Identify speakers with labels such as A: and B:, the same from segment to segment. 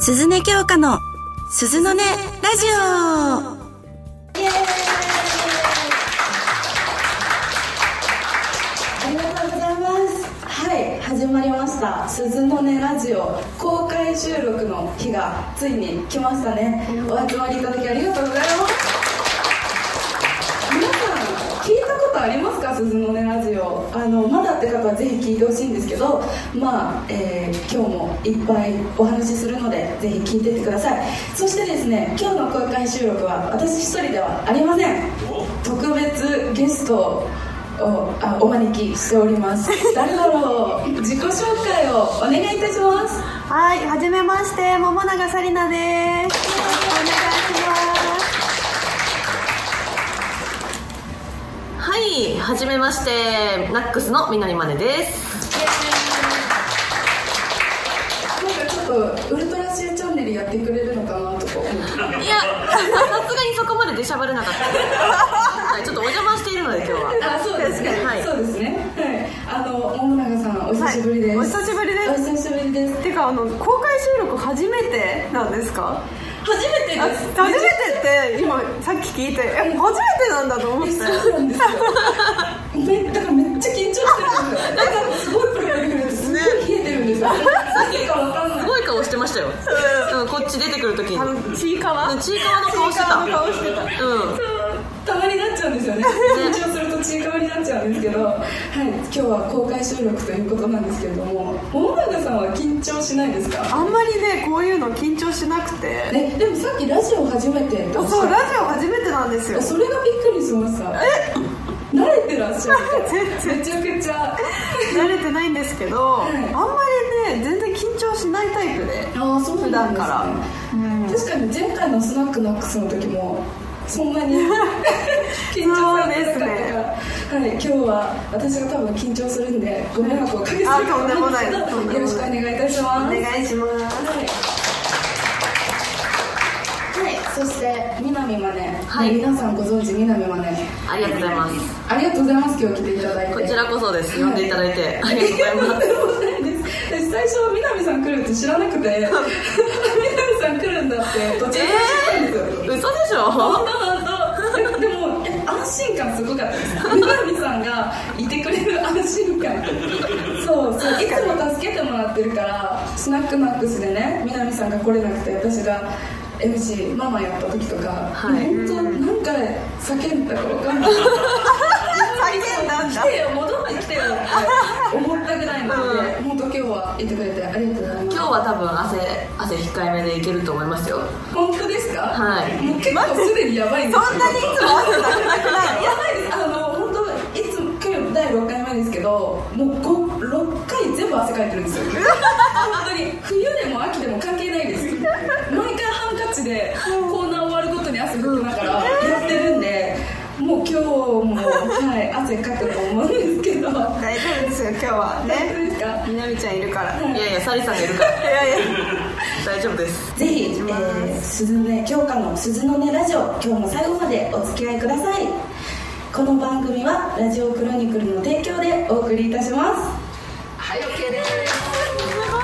A: 鈴音京香の鈴の音ラジオイエーイ
B: ありがとうございますはい始まりました「鈴の音ラジオ」公開収録の日がついに来ましたねお集まりいただきありがとうございます皆さん聞いたことありますか「鈴の音ラジオ」あのまだって方はぜひ聞いてほしいんですけどまあ、えー今日もいっぱいお話しするのでぜひ聞いてってくださいそしてですね今日の公開収録は私一人ではありません特別ゲストをあお招きしております誰だろう自己紹介をお願いいたします
C: はい、はじめまして、桃永紗理奈です。よろしくお願いし
D: はい、はじめまして、ナックスのみのりまねです。
B: なんかちょっとウルトラ C チャンネルやってくれるのかなとか思って
D: いや、さすがにそこまで出しゃばれなかった。はい、ちょっとお邪魔しているので、今日は。
B: あそうですね、
D: はい
B: そうですねはいあの桃永さんお久しぶりです、
C: はいお久しぶりです
B: お久しぶりです
C: ます。てか、あの、公開収録初めてなんですか。
B: 初めて
C: あ初めてって、今、さっき聞いて、え、初めてなんだと思って。
B: そうなんですよめだからめっちゃ緊張してるんですよだからすごいプルプルプルってすごい冷えてるんですよ何でかわかんない
D: すごい顔してましたよ。うん、こっち出てくるときに。
C: あ
D: うん、
C: の、ちいかわ。
D: ちいかわの顔してた
C: ちいかわの顔してた。
B: たまになっちゃうんですよね緊張するとちいかわになっちゃうんですけど、はい、今日は公開収録ということなんですけれども桃永さんは緊張しないですか
C: あんまりね、こういうの緊張しなくて。
B: ね、でもさっきラジオ初めてっておっし
C: そう、
B: ゃっ
C: ラジオ初めてなんですよ
B: た。それがびっくりしましたえ慣れてらっしゃる
C: 全 然
B: めちゃくちゃ
C: 慣れてないんですけど、あ
B: い
C: んまりね、全然緊張しないタイプで。
B: ああそうなんですね
C: うん
B: 確かに前回のスナックナックスの時もそんなに緊張されてなかったから、はい、今日は私が多分緊張するんでご迷惑をおかけする
C: あ
B: と
C: とんで
B: 思
C: も
B: うん
C: な
B: です
C: い
B: けど
C: とんでもない
B: よろしくお願いいたします
C: お願いします。
B: はい、そして南まね、
D: はい
B: 皆さんご存知南まね
D: ありがとうございます。
B: ありがとうございます今日来ていただいて
D: こちらこそです。
B: は
D: 呼んでいただいて、ありがとうございます。
B: とんでもないです私最初南さん来るって知らな くて南さん来るんだって途中で知ったんですよ、
D: えー、嘘でしょ
B: 本当でもえ安心感すごかったです南さんがいてくれる安心感そうそういつも助けてもらってるからスナックマックスでね南さんが来れなくて私が MC ママやった時とか、
D: はい
B: 本当なんか叫んだか分かんない
C: 叫んだんだ
B: 来てよ戻ってきてよって思ったぐらいなので、本当今日はいてくれてありがとうございます
D: 今日は多分汗、汗控えめでいけると思いますよ。
B: 本当ですか
D: はい
B: もう結構すでにやばいんですよ
C: そんなにいつも汗だくなくない
B: やばいですあの本当いつも今日第6回目ですけどもうご6回全部汗かいてるんですよ本当に冬でも秋でも関係ないです毎回ハンカチでコーナー終わるごとに汗拭きながらやってるんでもう今日も、はい、汗かくと思うんですけど大
C: 大丈夫ですよ今日は
B: 丈夫
C: ね
B: ですか
C: みなみちゃんいるからい
D: いやいや、サリさんがいるから、
C: やいや
D: 大丈夫です。
A: ぜひ、えー、鈴の音京香の鈴の音ラジオ今日も最後までお付き合いくださいこの番組はラジオクロニクルの提供でお送りいたします
B: はい OK です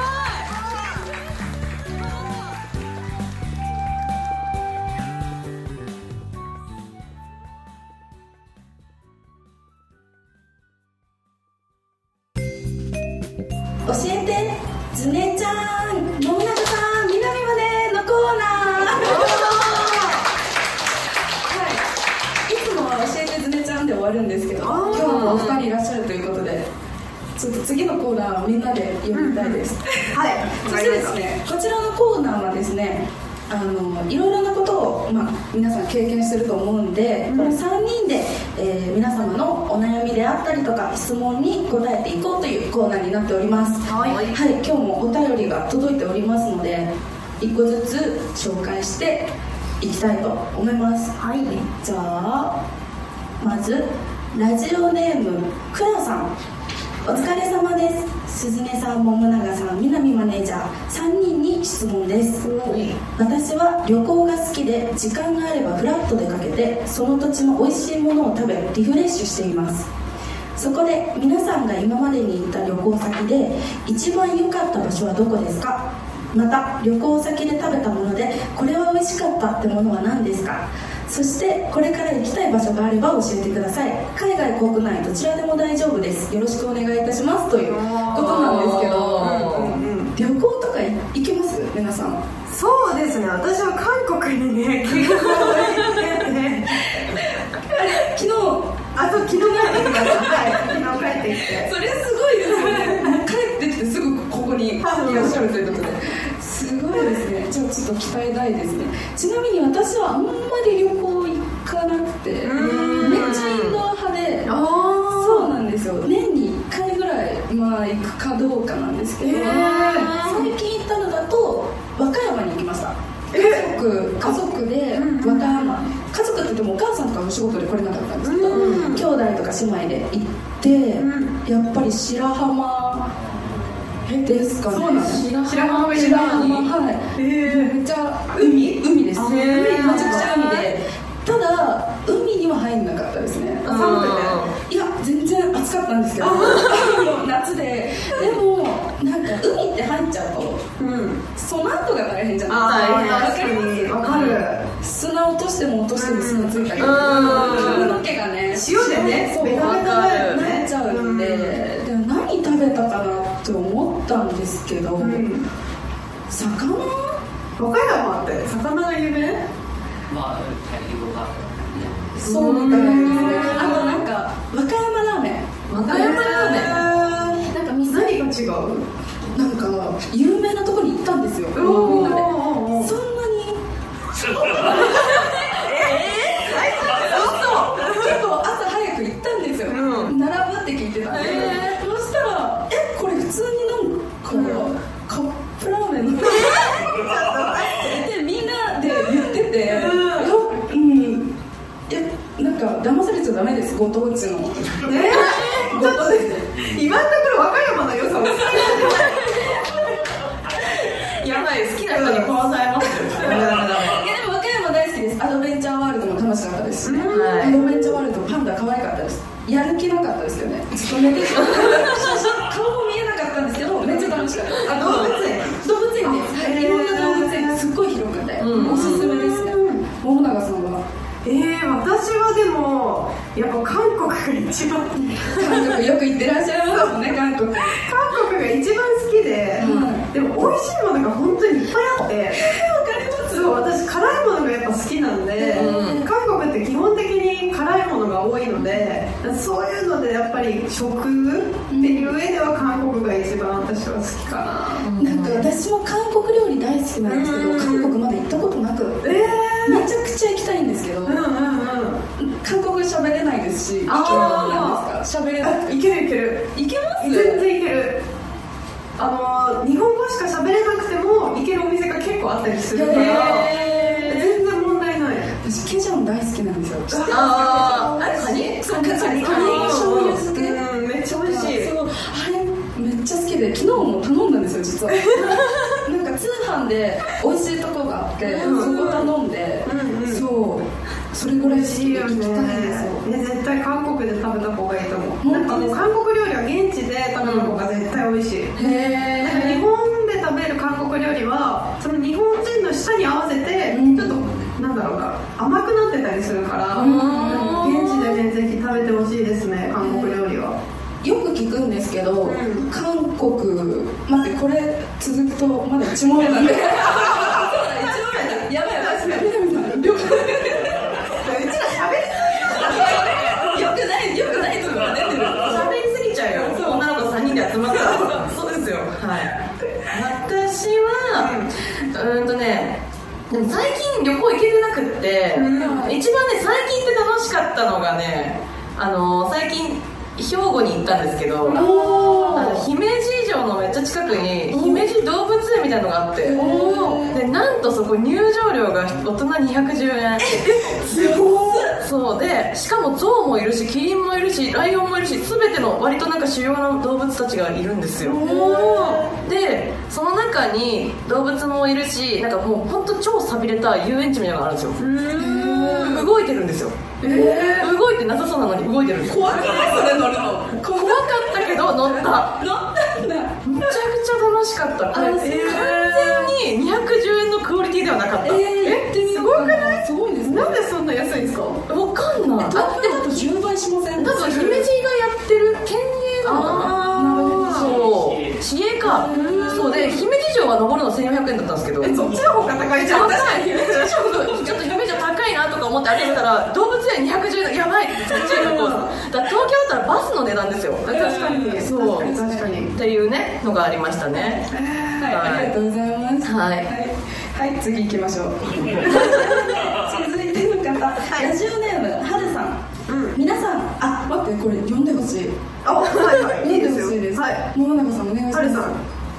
A: 教えてズネちゃん野永さん南までのコーナ
B: はい、いつもは教えてずねちゃんで終わるんですけど今日もお二人いらっしゃるということでちょっと次のコーナーをみんなで読みたいです、
C: はい
B: そしてですねこちらのコーナーはですねあのいろいろなことを、まあ、皆さん経験すると思うんで、これ3人で、えー皆様のお悩みであったりとか質問に答えていこうというコーナーになっております
D: はい
B: はい、今日もお便りが届いておりますので一個ずつ紹介していきたいと思います
D: はい。
B: じゃあまずラジオネームくらさんお疲れ様です鈴音さん桃永さん南マネージャー3人に質問です私は旅行が好きで時間があればフラッと出かけてその土地の美味しいものを食べリフレッシュしていますそこで皆さんが今までに行った旅行先で一番良かった場所はどこですかまた旅行先で食べたものでこれは美味しかったってものは何ですかそしてこれから行きたい場所があれば教えてください海外国内どちらでも大丈夫ですよろしくお願いいたしますということなんですけど、
E: うん
B: 旅行とか行きます皆さん
C: そうですね私は韓国にね結構行っててあと昨日帰ってきたはい昨日
B: 昨日
C: 帰ってきて
B: それすごいですよね帰ってきてすぐここにいらっしゃるということですごいですねじゃあちょっと期待大ですねちなみに私はあんまり旅行行かなくてめっちゃイ
E: ん
B: ンドア派で
C: あ
B: そうなんですよ年に1回ぐらいまあ行くかどうかなんですけど、
C: へー
B: 最近行ったのだと和歌山に行きました家族家族で和歌山家族って言ってもお母さんとかの仕事で来れなかったんですけど、兄弟とか姉妹で行って、やっぱり白浜ですかね
F: そうなんです白浜が有名
B: 白
F: なの
B: 浜はいめっちゃ海海です海
E: へー
B: めちゃくちゃ海でただ海には入んなかったですね
E: あー
B: 寒くていや全然暑かったんですけど 夏ででもなんか海って入っちゃうと
E: うん
B: その後が大変じゃ
E: あ
B: ない
E: ー
B: わかります
C: わかる
B: 砂落としても落としても砂ついたり
E: うん
B: 髪の毛がね
C: 塩でね
B: そう
C: ベタベタだよね
B: なっちゃうんででも何食べたかなって思ったんですけど
C: うん
B: 魚
C: 和歌山って魚が有名
G: まあ、大量が。
B: そうみたいですねあとなんか和歌山ラーメン
E: 和歌山ラーメン
C: メンなんか水何が違う
B: なんか有名なとこに行ったんですよみんなでそんなに結構朝早く行ったんですよ、
E: うん
B: 並ぶって聞いてたんで、
E: へ
B: そしたらえこれ普通になんか、カップラーメンのでみんなで言っててうん、うん、えなんか騙されちゃダメですご当地の
C: ねえちょっと今のところ和歌山の良さを
E: やばい好きな人に殺されますよ
B: いやでも和歌山大好きですアドベンチャーワールドも楽しかったですし、ね
E: はい
B: アドベンチャーワールドパンダ可愛かったですやる気なかったですけどねずっと寝ててそうそう顔も見えなかったんですけどめっちゃ楽しかったですあ動物園動物園ですはいいろんな動物園すっごい広くて、
E: うん
B: おすすめですね桃永さんは
C: えー、私はでもやっぱ韓国が一番
B: 韓国よく行ってらっしゃいますもんね韓国
C: 韓国が一番好きで、
B: う
C: でも美味しいものが本当にいっぱいあ ってそう私辛いものがやっぱ好きなんで、
E: う
C: 韓国って基本的に辛いものが多いのでそういうのでやっぱり食っていう上では韓国が一番私は好きかな、
B: なんか私も韓国料理大好きなんですけど、韓国まだ行ったことなく
C: えー
B: めちゃくちゃ行きたいんですけど、
C: うんうんうん
B: 韓国語喋れないですし、いけるもんなんですか喋れない
C: あいけるいける
B: いけます
C: 全然いけるあの日本語しか喋れなくてもいけるお店が結構あったりするから全然問題ない
B: 私ケジャン大好きなんですよ知ってます
E: あーあれカニ
B: そうカニカニ
E: カニ
B: 醤油漬け
C: うんめっちゃ美味しい
B: そうあれめっちゃ好きで昨日も頼んだんですよ実は なんか通販で美味しいとこがあって、
C: うん
B: そこ頼んで、
C: うんうん
B: そうそれぐらい好きで行きたいんですよ
C: いや絶対韓国で食べた方がいいと思うなんか
B: 本当
C: も
B: で
C: う
B: すか
C: 韓国料理は現地で食べた方が絶対美味しい
B: へ
C: なんか日
B: え
C: 本で食べる韓国料理はその日本人の舌に合わせて
B: うん
C: ちょっとなんだろうな甘くなってたりするから
B: うん
C: 現地でねぜひ食べてほしいですね韓国料理は
B: よく聞くんですけど、
C: ん
B: 韓国待ってこれ続くとまだ1問目なんでそうだ1問目だやばいやばいやばいやばい
C: ちら喋り
B: よくないよくないとこが出てる
E: 喋りすぎちゃうよ女の子3人で集まったらそうですよはい私はうーんとねでも最近旅行行けてなくって、一番ね最近って楽しかったのがねあの最近兵庫に行ったんですけど、あの姫路城のめっちゃ近くに姫路動物園みたいなのがあって、でなんとそこ入場料が大人210円そうでしかも象もいるしキリンもいるしライオンもいるし全ての割となんか主要な動物たちがいるんですよでその中に動物もいるしなんかもう本当超寂れた遊園地みたいなのがあるんですよ動いてるんですよ動いてなさそうなのに動いてるんですよ
B: 怖くないそれ乗るの
E: 怖かったけど乗った
B: 乗ったんだ
E: くちゃ楽しかったこれ
B: あそう
E: 完全に210円のクオリティではなかったえすごくない
B: すごいですね
E: なんでそんな安いんですかわかんない
B: あでもあと10倍しません
E: 多分姫路がやってる県営なのかなそう市営かそうで姫路城が登るの1400円だったんですけど
C: そっちの方が高いじゃん
E: 高い姫路城ちょっと姫路城高いなとか思って歩いてたら動物園210円やばいちっちゃいのこうだから東京だったらバスの値段ですよ確かにそう
C: 確かに確かに
E: っていうねのがありましたね
B: はいありがとうございます
E: はい
B: はい、はい、次行きま しょう続いての方、ラジオネームはるさん、皆さんあ待ってこれ読んでほしい
C: あはいはいいい
B: 読
C: で
B: ん
C: す
B: で
C: よ
B: ほ しいです、
C: はい
B: 野々中さんお願いします
C: はるさん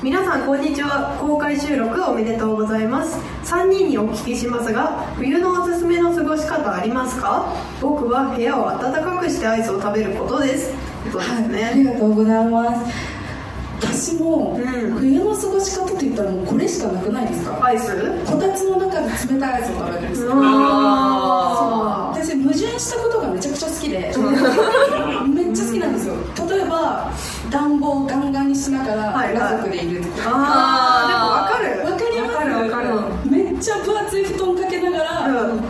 C: 皆さんこんにちは公開収録おめでとうございます3人にお聞きしますが冬のおすすめの過ごし方ありますか僕は部屋を暖かくしてアイスを食べることですそうです
B: はい、あり
C: ね、
B: がとうございます私
C: う
B: も、
C: ん
B: 冬の過ごし方って言ったらもうこれしかなくないですか
C: アイス
B: こたつの中で冷たいアイスを食べるんですよ
E: あ
B: 私矛盾したことがめちゃくちゃ好きでめっちゃ好きなんですよ例えば暖房をガンガンにしなが
C: はい
B: ら
C: はい
B: 家族でいるとか
C: あーでも
B: わ
C: 分
B: か
C: かる
B: ります
C: 分かる分か
B: めっちゃ分厚い布団かけながら、
C: るうん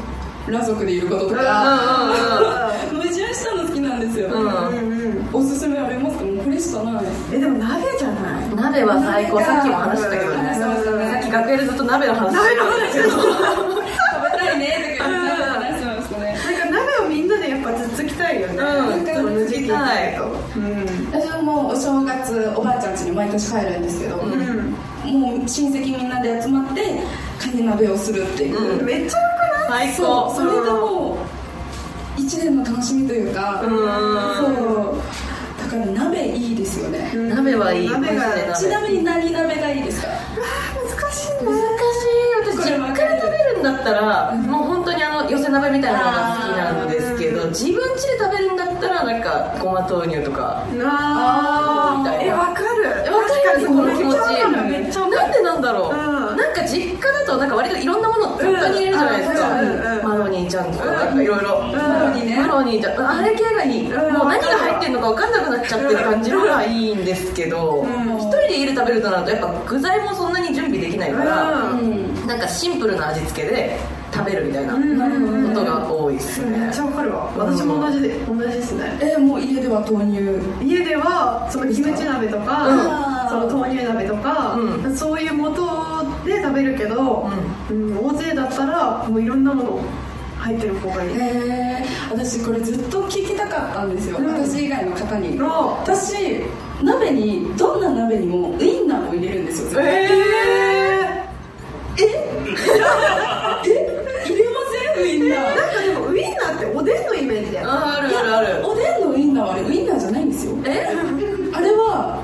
B: 裸族でいることとか、矛盾したの好きなんですよ、
E: うん
C: うんうんうん
B: おすすめありますかもうこれしかないです
C: えでも鍋じゃない
E: 鍋は最高さっきも話したけどね
B: 話してましたね
E: さっき楽屋でずっと鍋の話してたんですけど
B: 食べたいねとか言って話してましたね
C: なんか鍋をみんなでやっぱつつきたいよね
E: うん
C: この時期になるとうん
B: 私はもうお正月おばあちゃん家に毎年帰るんですけど、もう親戚みんなで集まってカニ鍋をするっていう、
C: うんめっちゃよくない
E: 最
B: そ
E: 高
B: うそれがもう一年の楽しみというか、そうだから鍋いいですよね、
C: ん
E: 鍋はいい
C: 鍋が
E: マジで鍋
B: ちなみに何鍋がいいですか
C: 難しいね
E: 難しい私実家で食べるんだったらもう本当にあの寄せ鍋みたいなのが好きなんですけど自分家で食べるんだったらなんかごま豆乳とか
C: あ
E: あー
C: ーえわかる
E: えわかりますこの気持ち
C: 確かにめっちゃわかるめっちゃわかる
E: なんでなんだろう、
C: うん
E: なんか実家だとなんか割といろんなものを本当に入れるじゃないですか、
C: うんうんうん
E: マロニーちゃんとかなんかいろいろマ
B: ロニーね
E: マロニーちゃんあれ系がいい、
C: ん
E: もう何が入ってるのか分かんなくなっちゃってる感じのがいいんですけど、
C: ん
E: 一人で家で食べるとなるとやっぱ具材もそんなに準備できないから、
C: うん
E: なんかシンプルな味付けで食べるみたいなことが多いですね、
C: めっちゃわかるわ私も同じで同じですね
B: えもう家では豆乳
C: 家ではそのキムチ鍋とかその豆乳鍋とか
E: う
C: そういう元で食べるけどうん大勢だったらもういろんなもの入ってる方がいい
B: えー、私これずっと聞きたかったんですよ、
C: ん
B: 私以外の方に、
C: うん
B: 私鍋にどんな鍋にもウインナーを入れるんですよ絶対
C: え
B: 入れませんウインナ
C: ーなんかでもウインナーっておでんのイメージだよ
E: あーあるあるある
B: ーおでんのウインナーはあれウインナーじゃないんですよえあれは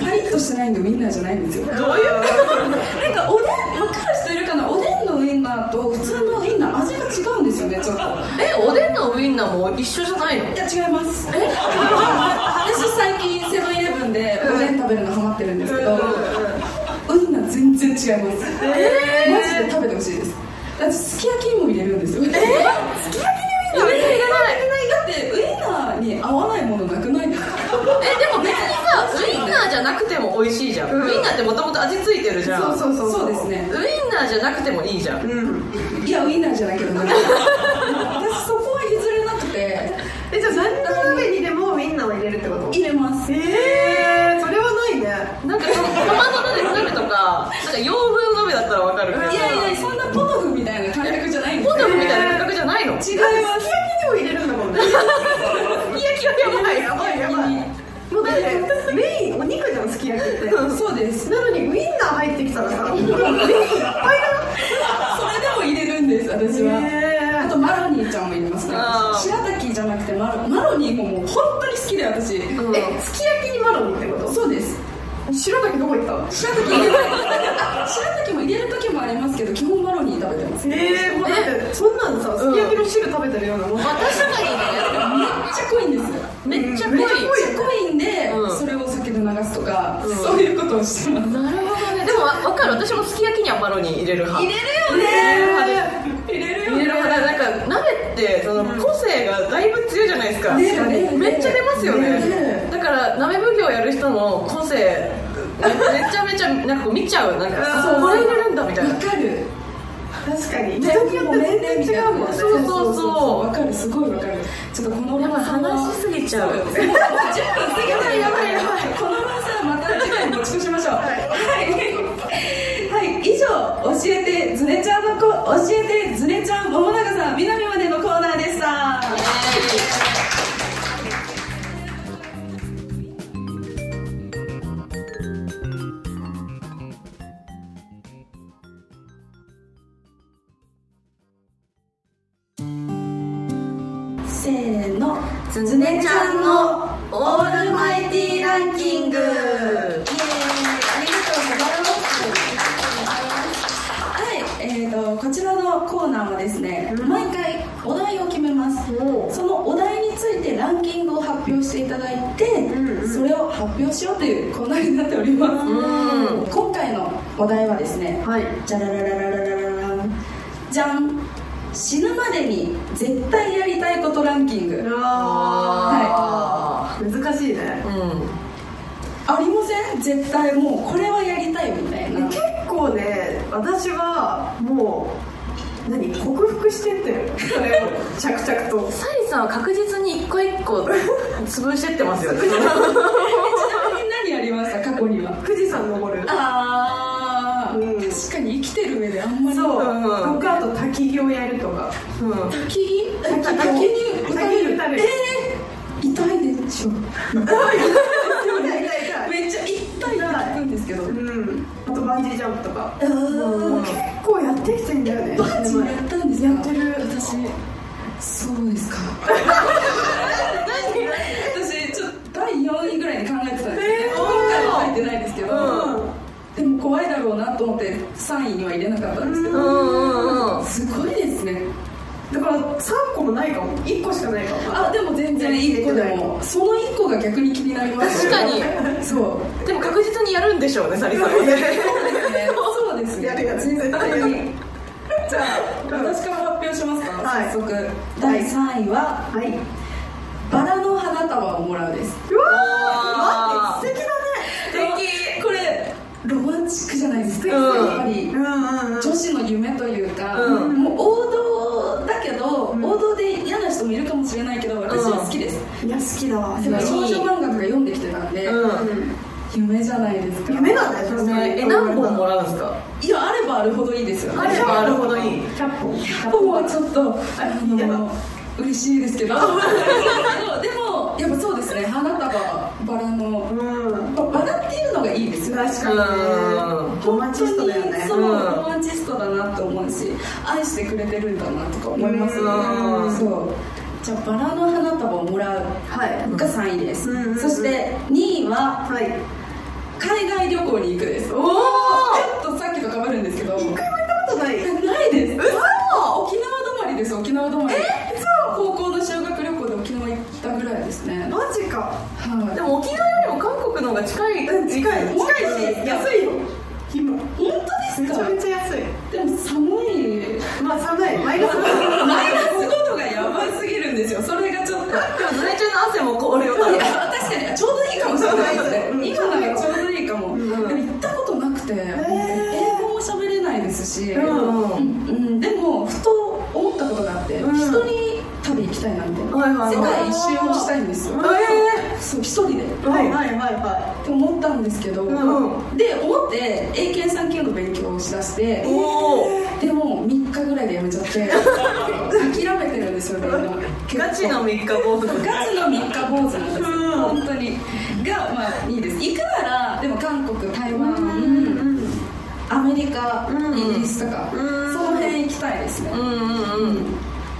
B: パリッとしてないんでウインナーじゃないんですよ
E: どういう
B: なんかおでん分かる人いるかなおでんのウインナーと普通のウインナー味が違うんですよねちょっと
E: えおでんのウインナーも一緒じゃないの
B: いや違いますえ私最近セブンイレブンでおでん食べるのハマってるんですけどウインナー全然違います
E: えー
B: マジで食べてほしいですだってすき焼きにも入れるんですよえすき焼きにウインナー入れないだってウインナーに合わないものなくないですか
E: えでも別にさウインナーじゃなくても美味しいじゃん、ウインナーってもともと味付いてるじゃん
C: そうそう
B: そ
C: そう
B: ですね
E: ウインナーじゃなくてもいいじゃん、
C: うん
B: いやウインナーじゃないけどな私そこは譲れなくて
C: えじゃあ何の鍋にでもウインナーを入れるってこと
B: 入れます
C: えー、それはないね
E: なんかそのトマト鍋作るとかなんか洋風鍋だったらわかるけど
B: いやいやそんなポトフみたいな感覚じゃないんです
E: ポ
B: よ
E: トフみたいな感覚じゃないの
B: 違い
C: あれ
B: ま
C: は
B: す
C: すき焼きにも入れるんだもんね
E: いやきはやばい
C: やばいやばいもうだってメインお肉じゃんすき焼きって
B: そうです
C: なのにウインナー入ってきたらさメインいっぱい
B: それでも入れるんです私は、
C: へー
B: あとマロニーちゃんも入れますね
E: あー
B: 白滝じゃなくてマロマロニーももう本当に好きで私、
E: ん
B: え
C: だすき焼きにマロニーってこと
B: そうです
C: 白滝どこ行った
B: 白滝入れない 白滝も入れる時もありますけど基本マロニー食べてますめっ
C: えー、もうだってそんなんさすき焼きの汁食べてるようなもん
E: まあ確かに
B: ちゃ濃いんですよ
E: ねめっちゃ濃
B: め
E: い
B: っちゃ濃いんで、
E: うん
B: それをお酒で流すとか、そういうことをしてます
E: なるほどねでもわわかる私もすき焼きにはマロニー入れる派入れるよね
B: 入れる
E: 入れる派だなんか鍋ってその個性がだいぶ強いじゃないですか、
B: ねね
E: めっちゃ出ますよね
B: ね
E: だから鍋奉行やる人の個性めちゃめちゃなんかこう見ちゃうなんか
H: そう
E: これ入れるんだみたいな
H: かる
C: 確かに人によって全然違うもんね
E: そうそうそう
H: わかるすごいわかるちょっとこの
E: やばい話しすぎちゃうやばいやばいやばい
H: この話はまた次回に持ち越しましょう
B: はい、はい、以上教えてズネちゃんのこ教えてズネちゃん桃永さん南までのコーナーでしたせーの
E: つねちゃんのオールマイティランキング
B: はい、えー、とこちらのコーナーはですね、毎回お題を決めますそのお題についてランキングを発表していただいて、それを発表しようというコーナーになっております、今回のお題はですね、
E: はい
B: じゃららららららららんじゃん死ぬまでに絶対やりたいことランキング
E: あ
C: 難しいね
E: ーうん
B: ありません絶対もうこれはやりたいみたいな
C: 結構ね私はもう何克服してってるそれを着々と
E: サリさんは確実に一個一個潰してってますよね
B: 何やりました過去には
C: 富士山登る
B: ああ、
C: うん
B: 確かに生きてる上であんまり
C: そう
E: うんうん
C: 僕あと焚き火をやるとか
E: うん
B: 滝に
C: 滝
B: 滝に打たれ
C: 滝に
B: る
C: 打たれる
B: えー、痛いでしょ
C: 痛い痛い痛い
B: めっちゃ痛いって聞くんですけど
C: うんあとバンジージャンプとか
B: あー
C: 結構やってきてんだよね
B: バンジーやったんですやって
C: る
B: 私そうですか私ちょっと第4位ぐらいに考えてたんですけど、今回は入ってないですけど、でも怖いだろうなと思って3位には入れなかったんですけど、
E: うんうん
B: すごいですね
C: だから3個もないかも1個しかないかも
B: あでも全然1個でもその1個が逆に気になります
E: 確かに
B: そう
E: でも確実にやるんでしょうねサリさんは ね
B: そうですね
C: やるやつ絶対やる
B: じゃあ私から発表しますか、
C: はい
B: 早速第3位は
C: はい
B: バラの花束をもらうです
C: うわ
E: あ
C: ー
E: ー
C: 待って素敵だね
E: 敵
B: これロマンチックじゃないですか、
E: うん
B: やっぱり
C: うんうんうん
B: 女子の夢というか、
E: うん
B: もう王道だけど、王道で嫌な人もいるかもしれないけど私は好きです、
C: いや好きだわ
B: でも
E: うん
B: 少女漫画とか読んできてたんで、
E: うん
B: 夢じゃないですか
C: 夢だねそれ
E: え何本もらうんですか
B: いやあればあるほどいいですよね
E: あればあるほどいい
C: 100本100
B: 本はちょっとあ
C: や
B: の嬉しいですけどでもやっぱそうですね花束バラの
C: うん
B: バラっていうのがいいですよ
C: 確かにね
E: うん
C: ロマンチストだよ
B: 本当
C: ね
B: にそう
E: うん
B: ロマンチストだなと思うし愛してくれてるんだなとか思いますね
E: うん
B: そうじゃあバラの花束をもらう
C: はい
B: が3位です、
C: うん
B: そして2位は
C: はい
B: 海外旅行に行くですおおちょっとさっきとかぶるんですけど
C: 一回も行ったことない
B: ないです嘘沖縄止まりです沖縄止まりえ高校の修学旅行で沖縄行ったぐらいですね
C: マジか
E: で
B: は
E: も沖縄よりも韓国の方が近い
C: 近い近いし安いよ今
B: い本当
C: め
B: です
C: ちゃ
B: か
C: めちゃ安い
B: でも寒い
C: まあ寒いマイナス
B: マイナス5度がやばすぎるんですよそれがちょっと
E: でもズネちゃんの汗も凍るよ多
B: い
E: 分
B: や確かにちょうどいいかもしれないですね
C: うん
B: 今ならちょうどいいかも、でも行ったことなくて、英語も喋れないですし、
E: ん
B: うんうんでもふと思ったことがあって、一人旅行きたいなみたいな、
E: はいはいはい
B: 世界一周をしたいんですよ、
E: え
B: そう一人で
C: はいはいはいは
B: って思ったんですけど、
E: う
B: で思って英検3級の勉強をしだして
E: ー、おお
B: でも3日ぐらいでやめちゃって諦めてるんですよみんな
E: ガチの三日坊主
B: ガチの三日坊主なんですよ、本当にがまあいいです行くならでも韓国台湾、アメリカ、
E: うん
B: イギリスとか、
E: うん
B: その辺行きたいですね
E: う、んうんうん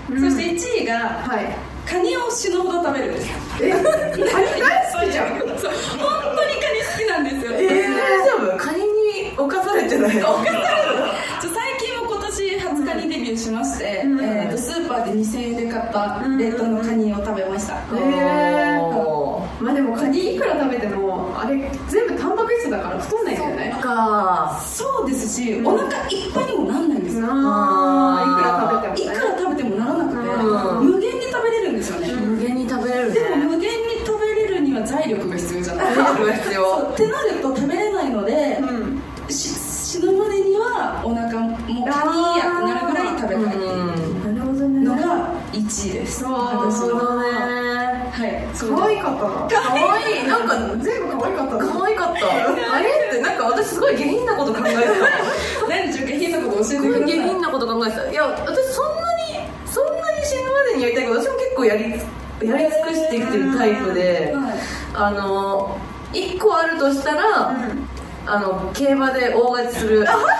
B: そして1位が、
C: はい
B: カニを死ぬほど食べるです
C: えカニ大好きじゃん
B: そう本当にカニ好きなんですよ、
E: え大丈夫カニに侵されてない
B: ち
E: の
B: ょ最近も今年20日にデビューしまして、えーとスーパーで2000円で買った冷凍のカニを食べました、
C: えー
E: おー
C: まあでもカニいくら食べてもあれ全部タンパク質だから太んないんだよね
E: か
B: そうですし、お腹いっぱいにもなんないんですよ
C: あーいくら食べ
B: い
C: ても
B: く
C: ね
B: ら食べてもならなくて、
E: う
B: 無限に食べれるんですよね、
E: 無限に食べれる
B: でも無限に食べれるには財力が必要じゃない
E: 財力が必要
B: そうってなると食べれないのです私は
E: 私のね
B: はいそう
C: 可愛かったな
E: かわいいなんか
C: 全部可愛かったな
E: 可愛かったあれってなんか私すごい下品なこと考えてた
B: 何中継品作教えて
E: すご
B: くださ
E: い下
B: い
E: 品なこと考えてたいや私そんなにそんなに死ぬまでにやりたいこと私も結構やりやり尽くしてきてるタイプで、
B: はい
E: あの1個あるとしたら、あの競馬で大勝ちするなんで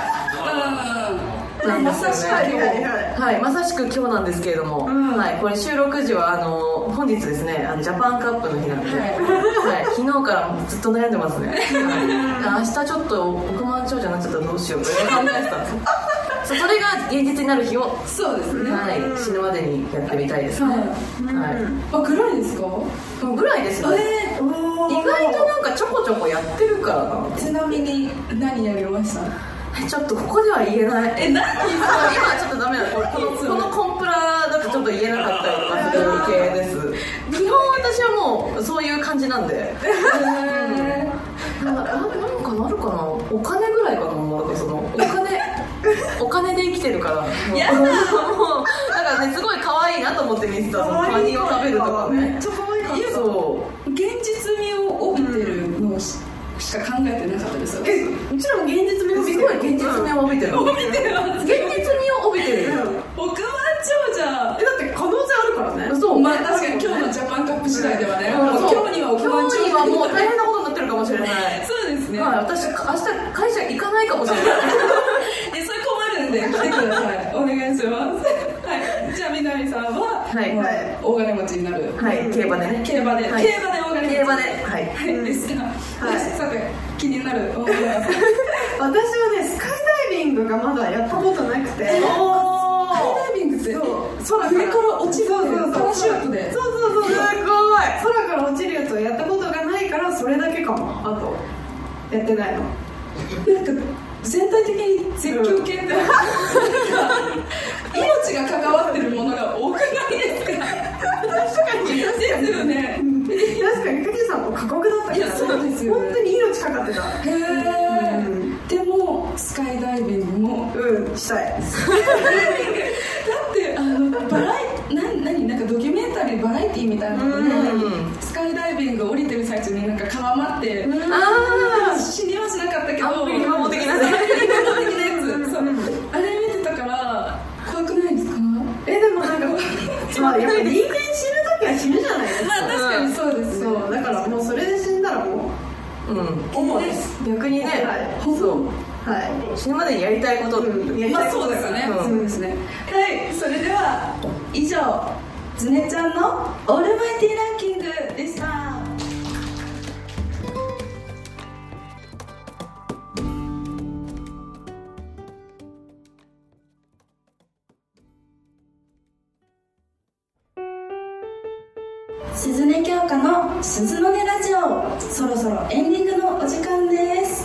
E: すよね
C: はいはいはい
E: はい、まさしく今日なんですけれども、はい、これ収録時はあの本日ですねあのジャパンカップの日なので、はい昨日からもうずっと悩んでますね、はい、明日ちょっと億万長者になっちゃったらどうしようか考えてたんですよそうそれが現実になる日を、
B: そうですね
E: はい、死ぬまでにやってみたいですね、は
B: あ暗いですか
E: い、ぐらいですね、
B: え
E: 意外となんかちょこちょこやってるからな
B: ちなみに何やりました
E: ちょっとここでは言えないえ何今はちょっとダメなのこのこのコンプラだとちょっと言えなかったりとかする系 です基本私はもうそういう感じなんでうんなんかあなんかなるかなお金ぐらいかなもうなんかそのお 金お金で生きてるからやだもうだからねすごい可愛いなと思って見てたそのカニを食べるとか
C: め
E: ね
C: っちゃ可愛かっ
E: そう
B: 現実味を帯びてるのししか考えてなかったですよ
C: え
E: うちらも現実味を帯びてるすごい現実味を帯びてる帯びてる現実味を帯びてる
B: 億万長者
C: たえだって可能性あるからね
E: そう
B: まあ確かに今日のジャパンカップ次第ではね、もう今日には億万長
E: 今日には
B: 者
E: もう大変なことになってるかもしれない
B: そうですね、
E: はい私明日会社行かないかもしれない
B: えそれ困るんで来てくださいお願いしますはいじゃあ南さんは、
E: はい
B: まあ大金持ちになる、
E: はい競馬でね
B: 競馬で、
E: はい
B: 競馬で大金持ち
E: 競馬ではい
B: はいでした、
C: はい
B: さて気になる大金持ち
C: 私はねスカイダイビングがまだやったことなくて
B: スカ
E: お
B: イ
E: ー
B: ダイビングって
C: そう空
B: 上から落ちる
C: そうそうそう
B: パラシュートで
C: そうそうそうすごい空から落ちるやつをやったことがないからそれだけかもあとやってないの
B: なんか全体的に絶叫系って、なんか 命が関わってるものが多くないですか確かにですよね
C: 確かに富士山も過酷だったから、ね、
B: いやそうですよね
C: 本当に命かかってた
B: へえ、でもスカイダイビングも
C: うんしたい
B: だってあのバラエな何なんかドキュメンタリーバラエティーみたいなので、スカイダイビング降りてる最中になんか絡まって、
E: あ
B: 死にはしなかったけど
E: アンビリバボー的なね
B: アンビリバボー的なやつそうあれ見てたから怖くないですかま
C: えでもなんかまあやっぱ人間死ぬ時は死ぬじゃないですか
B: あ確かにそうですよ、
C: そうだからもうそれで死んだらもう
E: ーうん
B: 主です
E: 逆にね
C: はい
E: そう
C: は
E: 死ぬまでにやりたいこと
C: いやり
B: ま
C: た
B: あ
C: いこ
B: そう
C: と
B: ですよね、
E: うん
B: そうですねはいそれでは以上ズネちゃんの「オールマイティランキング」でした鈴音京香の「鈴の音ラジオ」そろそろエンディングのお時間です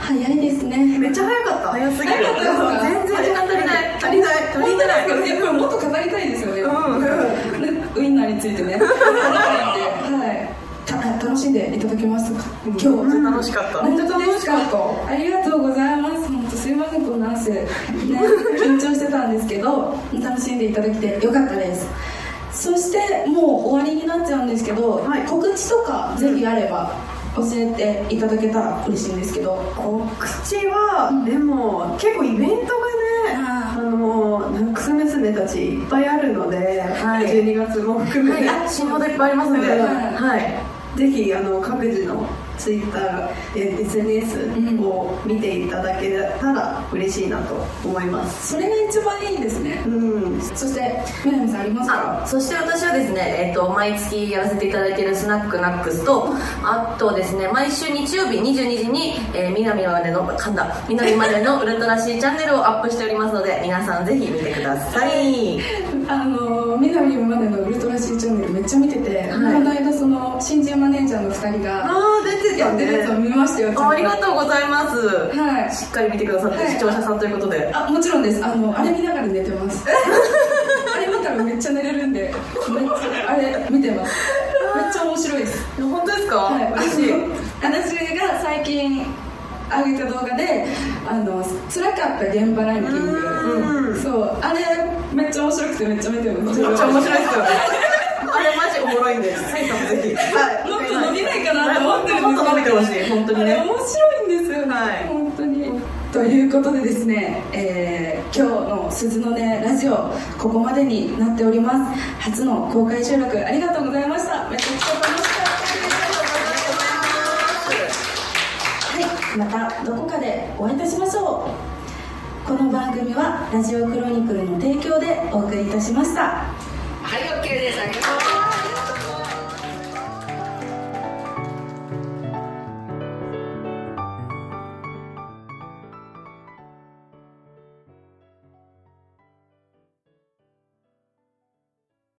B: 早いですね
C: めっちゃ早かった
E: 早すぎる全然時間足りない
C: 足りない
B: 足りないやこれもっと語りたいですよね、ウインナーについてねはいた楽しんでいただけましたか、今日
E: めっちゃ楽しかった
B: 本当楽しかったありがとうございます本当すいませんこんな汗ね緊張してたんですけど楽しんでいただけてよかったですそしてもう終わりになっちゃうんですけど、
C: はい
B: 告知とかぜひあれば教えていただけたら嬉しいんですけど
C: 告知はでも結構イベントがね
B: あ
C: あのナックス娘たちいっぱいあるので、
E: はい
C: 12月も含めて、
E: はい死ぬほどいっぱいありますんで
C: うん
E: はい
C: ぜひあの各自のツイッターえ SNS を見ていただけたら嬉しいなと思います
B: それが一番いいですね
C: うん
B: そして南さんありますか
E: あそして私はですね、えっと毎月やらせていただいているスナックナックスとあとですね毎週日曜日22時に、えー南までの噛んだ南までのウルトラシーチャンネルをアップしておりますので皆さんぜひ見てください
B: あの南までのウルトラシーチャンネルめっちゃ見てて、この間その新人マネージャーの2人が
C: あー出て
B: や
C: た
B: ってるやつを
C: ね
B: 見ましたよ、ちゃんと
E: ありがとうございます、
B: はい
E: しっかり見てくださって、
B: はい
E: 視聴者さんということで
B: あもちろんですあのあれ見ながら寝てますあれ見たらめっちゃ寝れるんでめっちゃあれ見てますめっちゃ面白いです
E: 本当ですか、
B: はい
E: 嬉しい
B: あの私が最近上げた動画であの辛かった現場ランキング、そうあれめっちゃ面白くてめっちゃ見てます
C: めっちゃ面白いですよねあれマジおもろいんでサイさんもぜひはい
B: もっと伸びないかなと思ってる
C: もっと伸びてほしい本当に
B: あれ
C: ね
B: 面白いんですよね、
C: はい
B: 本当にということでですね、えー今日の「鈴の音ラジオ」ここまでになっております初の公開収録ありがとうございましためちゃくちゃ楽しかったですはいまたどこかでお会いいたしましょうこの番組は「ラジオクロニクル」の提供でお送りいたしました
I: はい、OK です。ありがとうございます。